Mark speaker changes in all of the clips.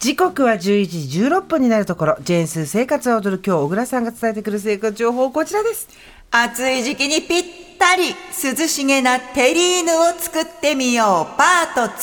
Speaker 1: 時刻は11時16分になるところ、ジェーンスー生活を踊る今日、小倉さんが伝えてくる生活情報、こちらです。
Speaker 2: 暑い時期にぴったり涼しげなテリーヌを作ってみようパート 2!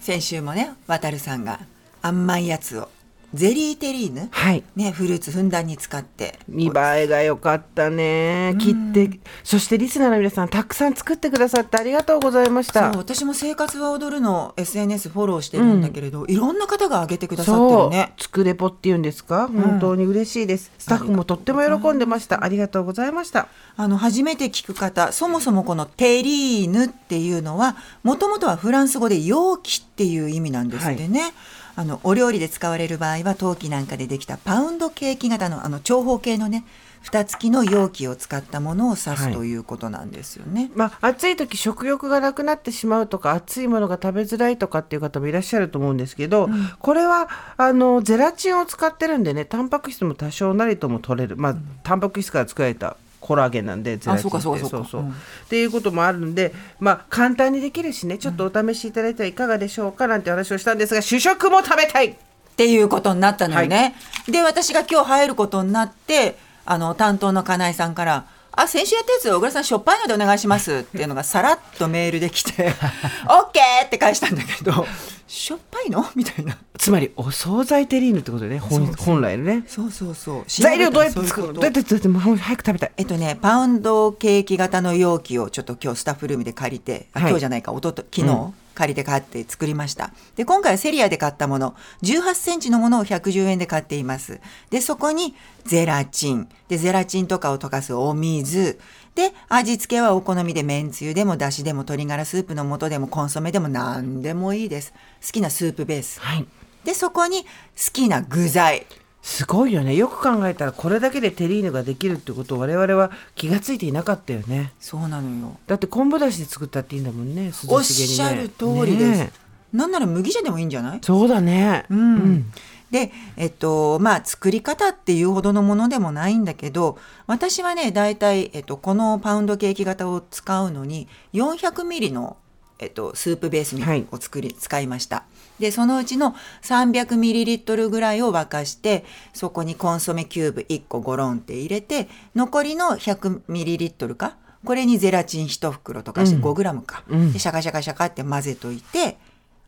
Speaker 2: 先週もね渡るさんが甘いやつをゼリーテリーヌ、
Speaker 1: はい
Speaker 2: ね、フルーツふんだんに使って
Speaker 1: 見栄えが良かったね。切って、そしてリスナーの皆さん、たくさん作ってくださってありがとうございまし
Speaker 2: そう
Speaker 1: た。
Speaker 2: 私も「生活は踊る」の SNS フォローしてるんだけれど、いろんな方が上げてくださってるね
Speaker 1: 作れぽっていうんですか、本当に嬉しいです。スタッフもとっても喜んでました。ありがとうございました。
Speaker 2: あの初めて聞く方そもそもこの「テリーヌ」っていうのはもともとはフランス語で「容器」っていう意味なんですってね、あのお料理で使われる場合は陶器なんかでできたパウンドケーキ型のあの長方形のね蓋付きの容器を使ったものを指
Speaker 1: は
Speaker 2: す
Speaker 1: い
Speaker 2: ということなんですよね。
Speaker 1: まあ、暑い時食欲がなくなってしまうとか暑いものが食べづらいとかっていう方もいらっしゃると思うんですけど、これはあのゼラチンを使ってるんでねタンパク質も多少なりとも取れる、まあ、タンパク質から作られたコラーゲンなんでゼラチ
Speaker 2: そ
Speaker 1: ンって
Speaker 2: うかそうかそうかうん
Speaker 1: っていうこともあるんで、まあ、簡単にできるしねちょっとお試しいただいてはいかがでしょうかなんて話をしたんですが主食も食べたい
Speaker 2: っていうことになったのよね。で私が今日入ることになってあの担当の金井さんから「あ先週やったやつ小倉さんしょっぱいのでお願いします」っ ていうのがさらっとメールできて「オッケーって返したんだけど「しょっぱいの?」みたいな。
Speaker 1: つまりお惣菜テリーヌってことね本本来のね
Speaker 2: そうそうそう
Speaker 1: 材料どうやって作
Speaker 2: そういうこ
Speaker 1: るの
Speaker 2: と
Speaker 1: どうやって作ってもう早く食べたい
Speaker 2: えっとね、パウンドケーキ型の容器をちょっと今日スタッフルームで借りて、あ
Speaker 1: はい
Speaker 2: 今日じゃないか、おとと昨日、借りて買って作りました。で、今回はセリアで買ったもの、18センチのものを110円で買っています。で、そこにゼラチン。で、ゼラチンとかを溶かすお水。で、味付けはお好みでめんつゆでも、だしでも、鶏ガラスープの素でも、コンソメでも、何でもいいです。好きなスープベース。
Speaker 1: はい
Speaker 2: で、そこに好きな具材。
Speaker 1: すごいよねよく考えたらこれだけでテリーヌができるってことを我々は気がついていなかったよね
Speaker 2: そうなのよ。
Speaker 1: だって昆布だしで作ったっていいんだもんね涼しげにね
Speaker 2: おっしゃる通りです。
Speaker 1: ねえ
Speaker 2: なんなら麦茶でもいいんじゃない
Speaker 1: そうだね、
Speaker 2: うんで、えっと、まあ、作り方っていうほどのものでもないんだけど、私はね、大体、えっと、このパウンドケーキ型を使うのに、400ミリの、えっと、スープベースに
Speaker 1: はい
Speaker 2: を作り、使いました。で、そのうちの300ミリリットルぐらいを沸かして、そこにコンソメキューブ1個ゴロンって入れて、残りの100ミリリットルか、これにゼラチン1袋とかして5グラムか、
Speaker 1: うん
Speaker 2: でシャカシャカシャカって混ぜといて、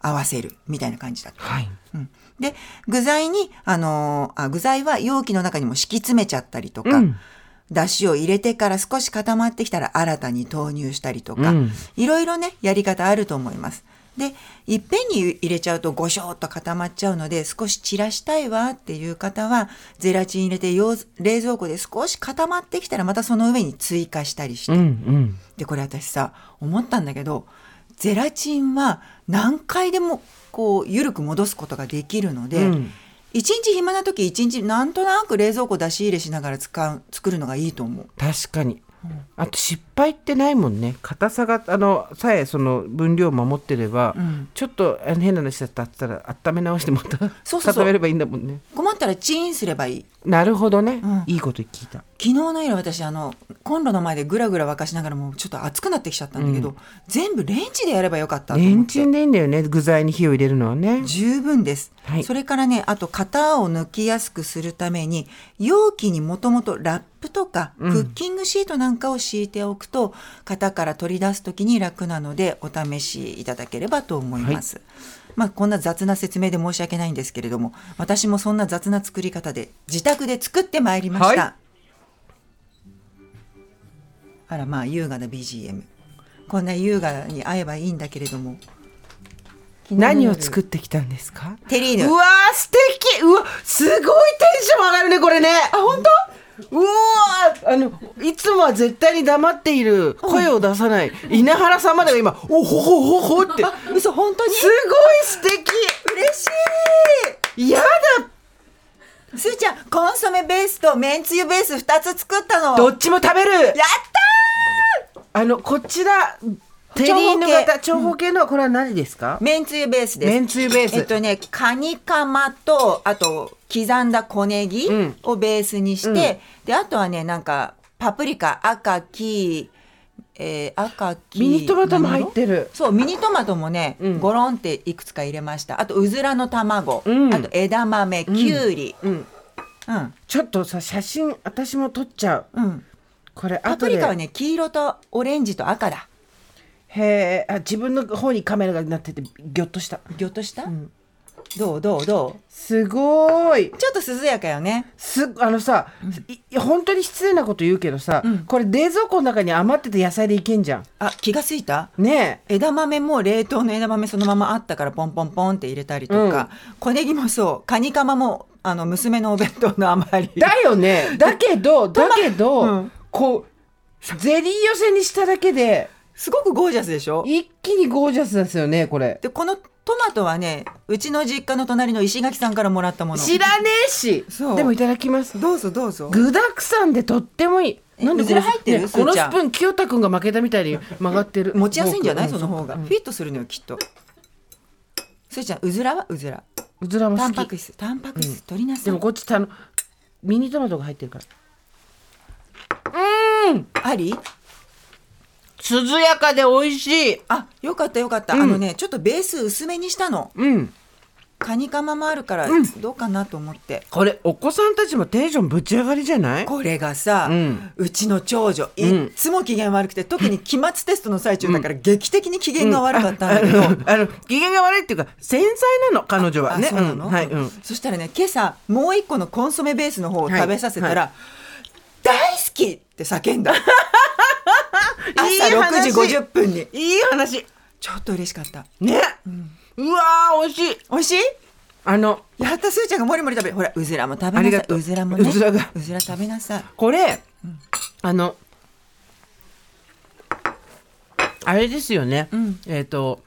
Speaker 2: 合わせるみたいな感じだった。
Speaker 1: はい
Speaker 2: うんで具材に、あのーあ具材は容器の中にも敷き詰めちゃったりとか、
Speaker 1: うん
Speaker 2: だしを入れてから少し固まってきたら新たに投入したりとか、
Speaker 1: うん
Speaker 2: いろいろねやり方あると思います。でいっぺんに入れちゃうとごしょーっと固まっちゃうので少し散らしたいわっていう方はゼラチン入れてよう冷蔵庫で少し固まってきたらまたその上に追加したりして
Speaker 1: うんうん
Speaker 2: でこれ私さ思ったんだけどゼラチンは何回でもこう緩く戻すことができるので、
Speaker 1: うん
Speaker 2: 一日暇な時一日なんとなく冷蔵庫出し入れしながら使う作るのがいいと思う。
Speaker 1: 確かにあと失敗ってないもんね硬さがあのさえその分量を守ってれば、
Speaker 2: うん
Speaker 1: ちょっとあの変な話だったら温め直してまた
Speaker 2: そうそうそう
Speaker 1: 固めればいいんだもんね
Speaker 2: 困ったらチンすればいい。
Speaker 1: なるほどね、
Speaker 2: うん
Speaker 1: いいこと聞いた
Speaker 2: 昨日の夜私あのコンロの前でぐらぐら沸かしながらもうちょっと熱くなってきちゃったんだけど、全部レンジでやればよかったと思っ
Speaker 1: レ
Speaker 2: て
Speaker 1: ンチンでいいんだよね具材に火を入れるのはね
Speaker 2: 十分です、
Speaker 1: はい
Speaker 2: それからねあと型を抜きやすくするために容器にもともとラップとかクッキングシートなんかを敷いておくと、型から取り出す時に楽なのでお試しいただければと思います、まあこんな雑な説明で申し訳ないんですけれども私もそんな雑な作り方で自宅で作ってまいりました、
Speaker 1: はい
Speaker 2: あらまあ優雅な BGM こんな優雅に会えばいいんだけれども
Speaker 1: 何を作ってきたんですか
Speaker 2: テリーヌ
Speaker 1: うわー素敵うわすごいテンション上がるねこれねあ本当うわーあのいつもは絶対に黙っている声を出さない稲原さんまでが今おほほほほって
Speaker 2: 嘘本当に
Speaker 1: すごい素
Speaker 2: 嬉し
Speaker 1: 敵やだ
Speaker 2: いすーちゃんコンソメベースとめんつゆベース2つ作ったの
Speaker 1: どっちも食べる
Speaker 2: やっ
Speaker 1: あのこちらテリーヌ型長方形のはこれは何ですか
Speaker 2: ためんつゆベースです
Speaker 1: めんつゆベース
Speaker 2: えっとねカニカマとあと刻んだ小ネギ
Speaker 1: うん
Speaker 2: をベースにして、であとはねなんかパプリカ赤黄えー赤き
Speaker 1: ミニトマトも入ってる
Speaker 2: そうミニトマトもね、
Speaker 1: うん
Speaker 2: ゴロンっていくつか入れましたあとうずらの卵、
Speaker 1: うん
Speaker 2: あと枝豆きゅうり
Speaker 1: うん
Speaker 2: うん
Speaker 1: ちょっとさ写真私も撮っちゃう
Speaker 2: うん
Speaker 1: これ
Speaker 2: パ
Speaker 1: 後
Speaker 2: プ
Speaker 1: で
Speaker 2: リカはね黄色とオレンジと赤だ
Speaker 1: へえあ自分の方にカメラがなっててギョッとした、
Speaker 2: ぎょっとした、
Speaker 1: うん、
Speaker 2: どうどうど
Speaker 1: すごーいう
Speaker 2: ちょっと涼やかよね
Speaker 1: すあのさ、い本当に失礼なこと言うけどさ、
Speaker 2: うん
Speaker 1: これ冷蔵庫の中に余ってて野菜でいけんじゃ
Speaker 2: あ気がついた
Speaker 1: んね
Speaker 2: 枝豆も冷凍の枝豆そのままあったからポンポンポンって入れたりとか、小ネギもそうカニカマもあの娘のお弁当の余
Speaker 1: え
Speaker 2: り
Speaker 1: だよねだけ どだけど、
Speaker 2: うん
Speaker 1: こうゼリー寄せにしただけです
Speaker 2: ごくゴージャスでしょ
Speaker 1: 一気にゴージャスですよねこれ
Speaker 2: でこのトマトはねうちの実家の隣の石垣さんからもらったもの
Speaker 1: 知らねえし
Speaker 2: そう
Speaker 1: でもいただきます
Speaker 2: どうぞどうぞ
Speaker 1: 具だくさんでとってもいい
Speaker 2: え
Speaker 1: なんで
Speaker 2: うずら入ってる
Speaker 1: ね
Speaker 2: すー
Speaker 1: この
Speaker 2: ちゃ
Speaker 1: ス
Speaker 2: ん
Speaker 1: プーン清田君が負けたみたいに曲がってる
Speaker 2: 持ちやすいんじゃない
Speaker 1: フォ
Speaker 2: そ
Speaker 1: ーク
Speaker 2: の方が、
Speaker 1: うん
Speaker 2: フィットするのよきっとそれちゃんうずらはうずら
Speaker 1: うずらも
Speaker 2: タン
Speaker 1: 好
Speaker 2: パ
Speaker 1: き
Speaker 2: ク質タンパク質、取りな
Speaker 1: で
Speaker 2: さ
Speaker 1: も
Speaker 2: い
Speaker 1: こっちあのミニトマトが入ってるから
Speaker 2: あり
Speaker 1: 涼やかで美味しい
Speaker 2: あよかったよかった、あのねちょっとベース薄めにしたの
Speaker 1: うん
Speaker 2: カニカマもあるからどうかなと思って、
Speaker 1: これお子さんたちもテンションぶち上がりじゃない
Speaker 2: これがさ、
Speaker 1: う
Speaker 2: うんちの長女いっつも機嫌悪くて、特に期末テストの最中だから劇的に機嫌が悪かったんだけど、
Speaker 1: あの機嫌が悪いっていうか繊細なの彼女は
Speaker 2: あ
Speaker 1: ね
Speaker 2: そうなの、
Speaker 1: うんはいうん
Speaker 2: そしたらね今朝もう一個のコンソメベースの方を
Speaker 1: はい
Speaker 2: 食べさせたら「大好き!」って叫ん だ朝6時50分に
Speaker 1: いい話
Speaker 2: ちょっと嬉しかった
Speaker 1: ねうわー美味しい
Speaker 2: 美味しい
Speaker 1: あの
Speaker 2: やったすーちゃんがもりもり食べほらうずらも食べ
Speaker 1: あ
Speaker 2: な
Speaker 1: り
Speaker 2: さ
Speaker 1: が
Speaker 2: い
Speaker 1: とう
Speaker 2: うずらもね
Speaker 1: うずらが
Speaker 2: うずら食べなさい
Speaker 1: これ、あのあれですよね、
Speaker 2: ん
Speaker 1: えっ、と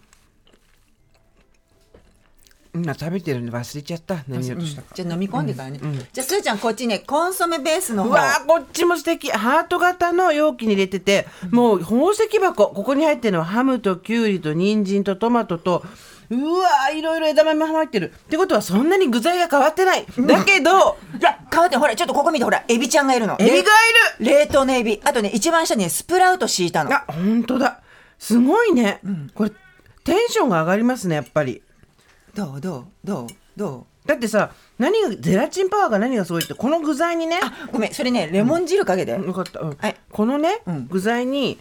Speaker 1: 今食べてるんで忘れちゃった何をとしたか、
Speaker 2: じゃあ飲み込んでからね、じゃあすーちゃんこっちねコンソメベースの
Speaker 1: う
Speaker 2: 方
Speaker 1: わーこっちも素敵ハート型の容器に入れてて、もう宝石箱ここに入ってるのはハムとキュウリと人参とトマトとうわーいろいろ枝豆も入ってるってことはそんなに具材が変わってないだけど
Speaker 2: いや変わってほらちょっとここ見てほらエビちゃんがいるの
Speaker 1: エビがいる
Speaker 2: 冷凍のエビあとね一番下にねスプラウト敷いたの
Speaker 1: あ本当だすごいね、これテンションが上がりますねやっぱり
Speaker 2: どうどうどうどう
Speaker 1: だってさ何がゼラチンパワーが何がすごいってこの具材にね
Speaker 2: あごめんそれねレモン汁かけて、
Speaker 1: よかった、うん
Speaker 2: はい
Speaker 1: このね、
Speaker 2: うん
Speaker 1: 具材に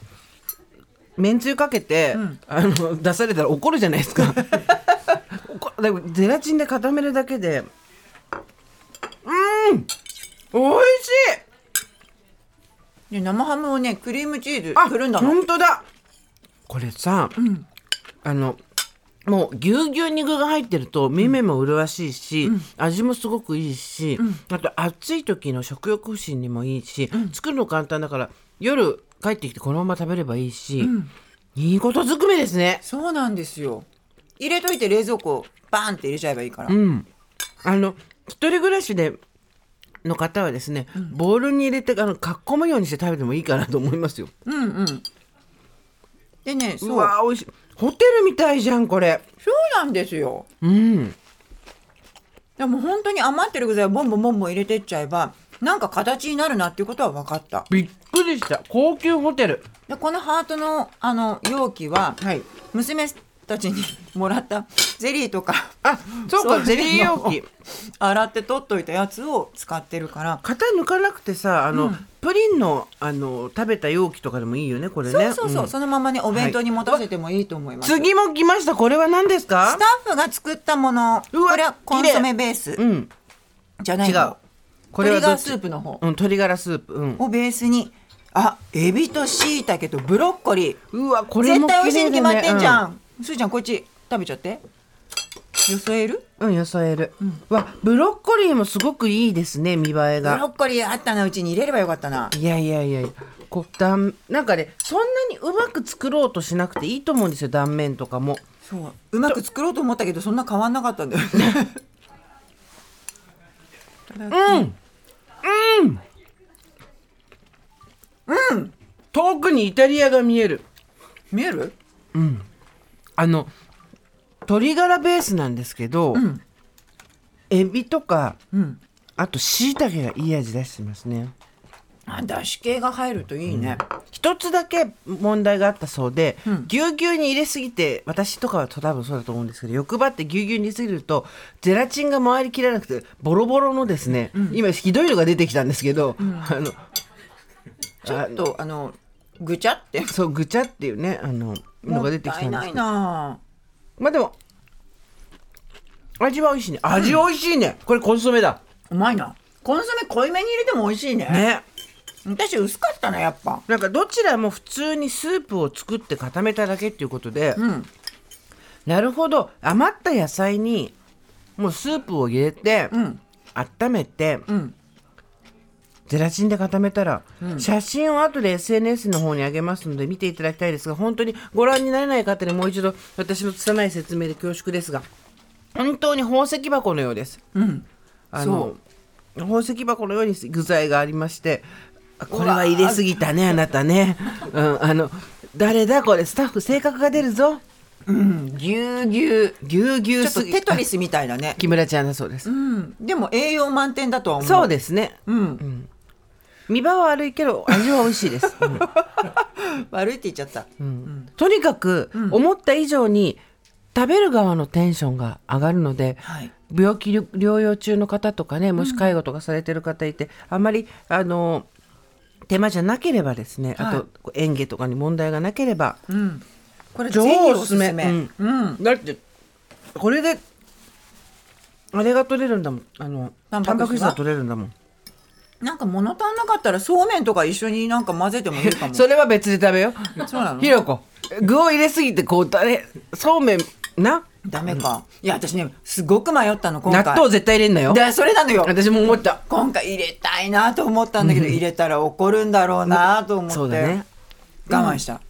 Speaker 1: めんつゆかけて、あの出されたら怒るじゃないで すか怒でもゼラチンで固めるだけでうんおいしい
Speaker 2: で生ハムをねクリームチーズ
Speaker 1: あ
Speaker 2: くるんだの
Speaker 1: 本当だこれさ、あのもうぎゅうぎゅうに具が入ってると目目も麗しいし、味もすごくいいし、あと暑い時の食欲不振にもいいし、作るの簡単だから夜帰ってきてこのまま食べればいいし、いいことずくめですね。
Speaker 2: そうなんですよ入れといて冷蔵庫バーンって入れちゃえばいいから、
Speaker 1: うん、あの一人暮らしでの方はですね、ボウルに入れてあのかっこむようにして食べてもいいかなと思いますよ。
Speaker 2: うんうんでねそう
Speaker 1: うわー美味しいホテルみたいじゃんこれ。
Speaker 2: そうなんですよ
Speaker 1: うん
Speaker 2: でも本当に余ってる具材をボンボンボンボン入れてっちゃえばなんか形になるなっていうことは分かった
Speaker 1: びっくりした高級ホテル
Speaker 2: でこのハートのあの容器は、
Speaker 1: はい
Speaker 2: 娘たちにもらったゼリーとか
Speaker 1: あそうかゼリー容器
Speaker 2: 洗って取っといたやつを使ってるから
Speaker 1: 型抜かなくてさあの、プリンのあの食べた容器とかでもいいよねこれね
Speaker 2: そうそうそう、
Speaker 1: ん
Speaker 2: そのままねお弁当に持たせてもいいと思います、
Speaker 1: 次も来ましたこれは何ですか
Speaker 2: スタッフが作ったもの
Speaker 1: うわ
Speaker 2: これはコンソメベース
Speaker 1: うん
Speaker 2: じゃない
Speaker 1: 違
Speaker 2: の
Speaker 1: うこれは
Speaker 2: 鶏ガ
Speaker 1: ど
Speaker 2: ラ
Speaker 1: っち
Speaker 2: スープの方
Speaker 1: うん鶏ガラスープうん
Speaker 2: をベースにあエビと椎茸とブロッコリー
Speaker 1: うわこれ
Speaker 2: 絶
Speaker 1: も
Speaker 2: 対美味しいに決まってんじゃ
Speaker 1: ん、
Speaker 2: ん、すーちゃんこっち食べちゃってよそえる
Speaker 1: うん、よそえる、わブロッコリーもすごくいいですね見栄え
Speaker 2: ブ
Speaker 1: が
Speaker 2: ロッコリーあったなうちに入れればよかったない
Speaker 1: やいやいやいやこう断なんかねそんなにうまく作ろうとしなくていいと思うんですよ断面とかも
Speaker 2: そううまく作ろうと思ったけどそんな変わんなかったんだよ
Speaker 1: 遠くにイタリアが 見える
Speaker 2: 見える
Speaker 1: あの鶏ガラベースなんですけど、
Speaker 2: ん
Speaker 1: エビとか
Speaker 2: うん
Speaker 1: あと椎茸がいい味出してますね
Speaker 2: あだし系が入るといいね。
Speaker 1: 一つだけ問題があったそうで、
Speaker 2: うん
Speaker 1: ぎゅうぎゅうに入れすぎて私とかは多分そうだと思うんですけど欲張ってぎゅうぎゅうに入れすぎるとゼラチンが回りきらなくてボロボロのですね、今ひどいのが出てきたんですけど、あの
Speaker 2: ちょっとあのぐちゃって。
Speaker 1: そうぐちゃっていうねあのの
Speaker 2: も
Speaker 1: が
Speaker 2: っ
Speaker 1: 出てき
Speaker 2: た
Speaker 1: た
Speaker 2: い
Speaker 1: んで
Speaker 2: な
Speaker 1: すけ
Speaker 2: い
Speaker 1: ど
Speaker 2: な。
Speaker 1: まあでも味は美味しいね味美味しいね、これコンソメだ
Speaker 2: うまいな。コンソメ濃いめに入れても美味しいね。
Speaker 1: ね
Speaker 2: 私薄かったなやっぱ。
Speaker 1: なんかどちらも普通にスープを作って固めただけっていうことで、
Speaker 2: うん。
Speaker 1: なるほど余った野菜にもうスープを入れて、
Speaker 2: うん
Speaker 1: 温めて
Speaker 2: うん。
Speaker 1: ゼラチンで固めたら、写真を後で SNS の方に上げますので見ていただきたいですが本当にご覧になれない方にもう一度私の拙い説明で恐縮ですが本当に宝石箱のようです。
Speaker 2: うん。
Speaker 1: あ
Speaker 2: そ
Speaker 1: の宝石箱のように具材がありましてあこれは入れすぎたねあなたね、うん、あの誰だこれスタッフ性格が出るぞ
Speaker 2: うん。ぎゅうぎゅう。
Speaker 1: ぎゅうぎゅう
Speaker 2: ちょっ
Speaker 1: す
Speaker 2: と
Speaker 1: ぎ
Speaker 2: テトリスみたいだね。
Speaker 1: 木村ちゃんだそうです、
Speaker 2: うん。でも栄養満点だとは思う。
Speaker 1: そうですね
Speaker 2: うん。
Speaker 1: 見場は悪いけど味は美味しいです、うん
Speaker 2: 悪いって言っちゃった。
Speaker 1: とにかく思った以上に食べる側のテンションが上がるので、
Speaker 2: はい。
Speaker 1: 病気療養中の方とかねもし介護とかされてる方いて、あまりあの手間じゃなければですね、
Speaker 2: はい
Speaker 1: あとこう園芸とかに問題がなければ、
Speaker 2: うん。これ
Speaker 1: 超
Speaker 2: 超
Speaker 1: お
Speaker 2: お
Speaker 1: す
Speaker 2: す
Speaker 1: す
Speaker 2: す
Speaker 1: め
Speaker 2: め。うん。うん。
Speaker 1: だってこれであれが取れるんだもんあのタ
Speaker 2: タ
Speaker 1: ン
Speaker 2: ン
Speaker 1: パ
Speaker 2: パ
Speaker 1: ク
Speaker 2: ク
Speaker 1: 質
Speaker 2: 質
Speaker 1: が
Speaker 2: が
Speaker 1: 取れるんだもん
Speaker 2: なんか物足んなかったらそうめんとか一緒になんか混ぜてもいいかも。
Speaker 1: それは別で食べよう
Speaker 2: そうなの
Speaker 1: ひろこ具を入れすぎてこうあれそうめんな
Speaker 2: ダメか。いや私ねすごく迷ったの今
Speaker 1: 納
Speaker 2: 回。
Speaker 1: 豆絶対入れんなよ
Speaker 2: でそれなのよ。
Speaker 1: 私も思った
Speaker 2: 今回入れたいなと思ったんだけど入れたら怒るんだろうなと思って。
Speaker 1: そうだね
Speaker 2: 我慢した。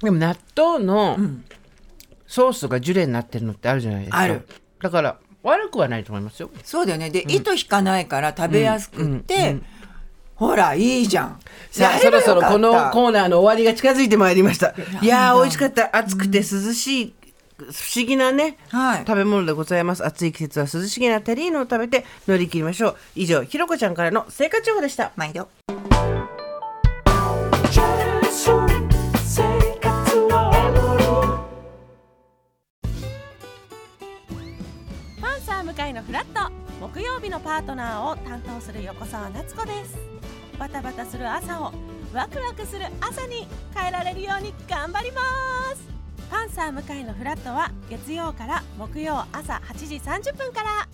Speaker 1: でも納豆の
Speaker 2: ん
Speaker 1: ソースがジュレになってるのってあるじゃないですか
Speaker 2: ある
Speaker 1: だから悪くはないと思いますよ
Speaker 2: そうだよね。で、糸引かないから食べやすくって、ほらいいじゃん。
Speaker 1: さあ
Speaker 2: やれば
Speaker 1: そろ
Speaker 2: よ
Speaker 1: そろ
Speaker 2: かった
Speaker 1: このコーナーの終わりが近づいてまいりましたいやー美味しかった暑くて涼しい、不思議なね、
Speaker 2: はい
Speaker 1: 食べ物でございます暑い季節は涼しげなテリーヌを食べて乗り切りましょう以上ひろこちゃんからの生活情報でした
Speaker 2: 毎度。
Speaker 3: パンサー向かいのフラット木曜日のパートナーを担当する横澤夏子ですバタバタする朝をワクワクする朝に変えられるように頑張りますパンサー向かいのフラットは月曜から木曜朝8時30分から